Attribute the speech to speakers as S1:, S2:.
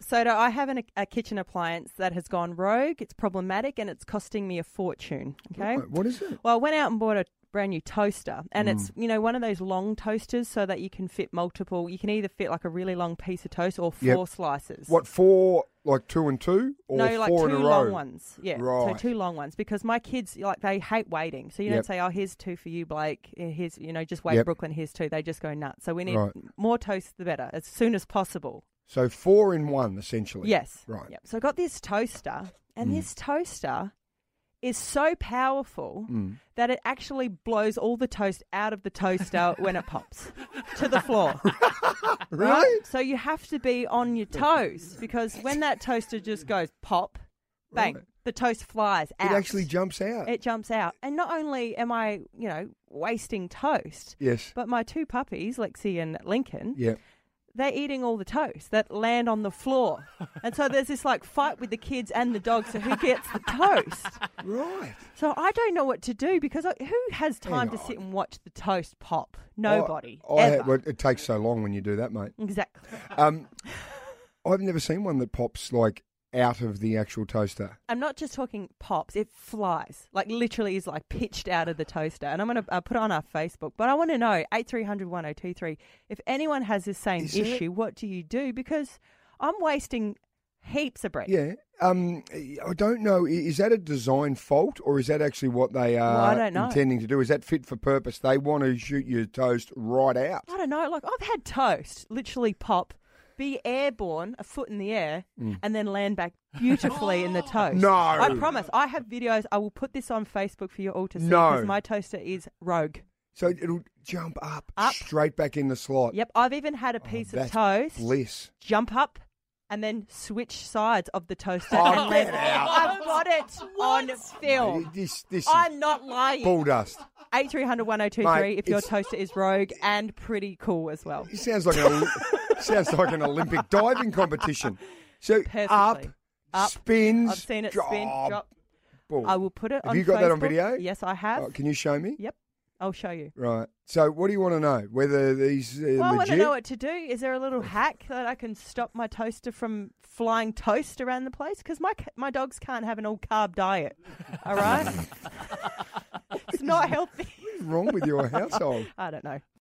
S1: Soto, I have an, a kitchen appliance that has gone rogue. It's problematic and it's costing me a fortune. Okay.
S2: Right, What is it?
S1: Well, I went out and bought a brand new toaster, and it's
S2: Mm.
S1: you know one of those long toasters so that you can fit multiple. You can either fit like a really long piece of toast or
S2: Yep.
S1: four slices.
S2: What four? Like two and two, or
S1: no,
S2: four
S1: like
S2: in
S1: two
S2: a row?
S1: long ones. Yeah, so
S2: Right.
S1: two long ones because my kids like they hate waiting. So you
S2: Yep.
S1: don't say, "Oh, here's two for you, Blake. Eh, Here's you know just wait,
S2: Yep.
S1: Brooklyn. Here's two. They just go nuts. So we need
S2: Right.
S1: more toast, the better, as soon as possible.
S2: So four in one, essentially.
S1: Yes.
S2: Right. Mm.
S1: Yep. So I got this toaster, and this toaster is so powerful
S2: Mm.
S1: that it actually blows all the toast out of the toaster when it pops to the floor.
S2: Really?
S1: So you have to be on your toes because when that toaster just goes pop, bang, the toast flies out.
S2: It actually uh jumps out.
S1: It jumps out. And not only am I, you know, wasting toast,
S2: yes.
S1: but my two puppies, Lexi and Lincoln,
S2: Yeah.
S1: they're eating all the toast that land on the floor. And so there's this like fight with the kids and the dogs so who gets the toast.
S2: Right.
S1: So I don't know what to do because I, who has time to
S2: on. Oh,
S1: sit and watch the toast pop? Nobody.
S2: I, I had-
S1: ever.
S2: well, it takes so long when you do that, mate.
S1: exactly.
S2: Um, I've never seen one that pops like out of the actual toaster.
S1: I'm not just talking pops, it flies. Like literally is like pitched out of the toaster. And I'm going to uh, put it on our Facebook. But I want to know 8300 1023 if anyone has the same
S2: Is it?
S1: issue, what do you do? Because I'm wasting heaps of bread.
S2: Yeah. Um, I don't know. i- Is that a design fault, or is that actually what they are
S1: I don't know.
S2: intending to do? Is that fit for purpose? They want to shoot your toast right out.
S1: I don't know. Like I've had toast literally pop, be airborne, a foot in the air,
S2: Mm.
S1: and then land back beautifully in the toast.
S2: No.
S1: I promise. I have videos. I will put this on Facebook for you all to see.
S2: No.
S1: because my toaster is rogue.
S2: So it'll jump up,
S1: Up.
S2: straight back in the slot.
S1: Yep, I've even had a
S2: Oh,
S1: piece of
S2: that's
S1: toast
S2: Bliss.
S1: jump up. And then switch sides of the toaster.
S2: Oh,
S1: and land.
S2: get out.
S1: I've got it on film.
S2: This this is
S1: I'm not lying.
S2: bull dust.
S1: 8300
S2: Mate,
S1: if your
S2: it's-
S1: toaster is rogue and pretty cool as well.
S2: It sounds like an Oli- sounds like an Olympic diving competition. So up,
S1: Perfectly. Up.
S2: spins.
S1: I've seen it spin,
S2: drop,
S1: drop.
S2: ball.
S1: I will put it
S2: Have
S1: on
S2: you got that on
S1: Facebook.
S2: video?
S1: Yes, I have.
S2: Oh, can you show me?
S1: Yep. I'll show you.
S2: Right. So what do you want to know? Whether these are
S1: Well, I want to
S2: legit?
S1: know what to do. Is there a little hack that I can stop my toaster from flying toast around the place? Because my ca- my dogs can't have an all carb diet. All right, it's not healthy.
S2: What's wrong with your household?
S1: I don't know.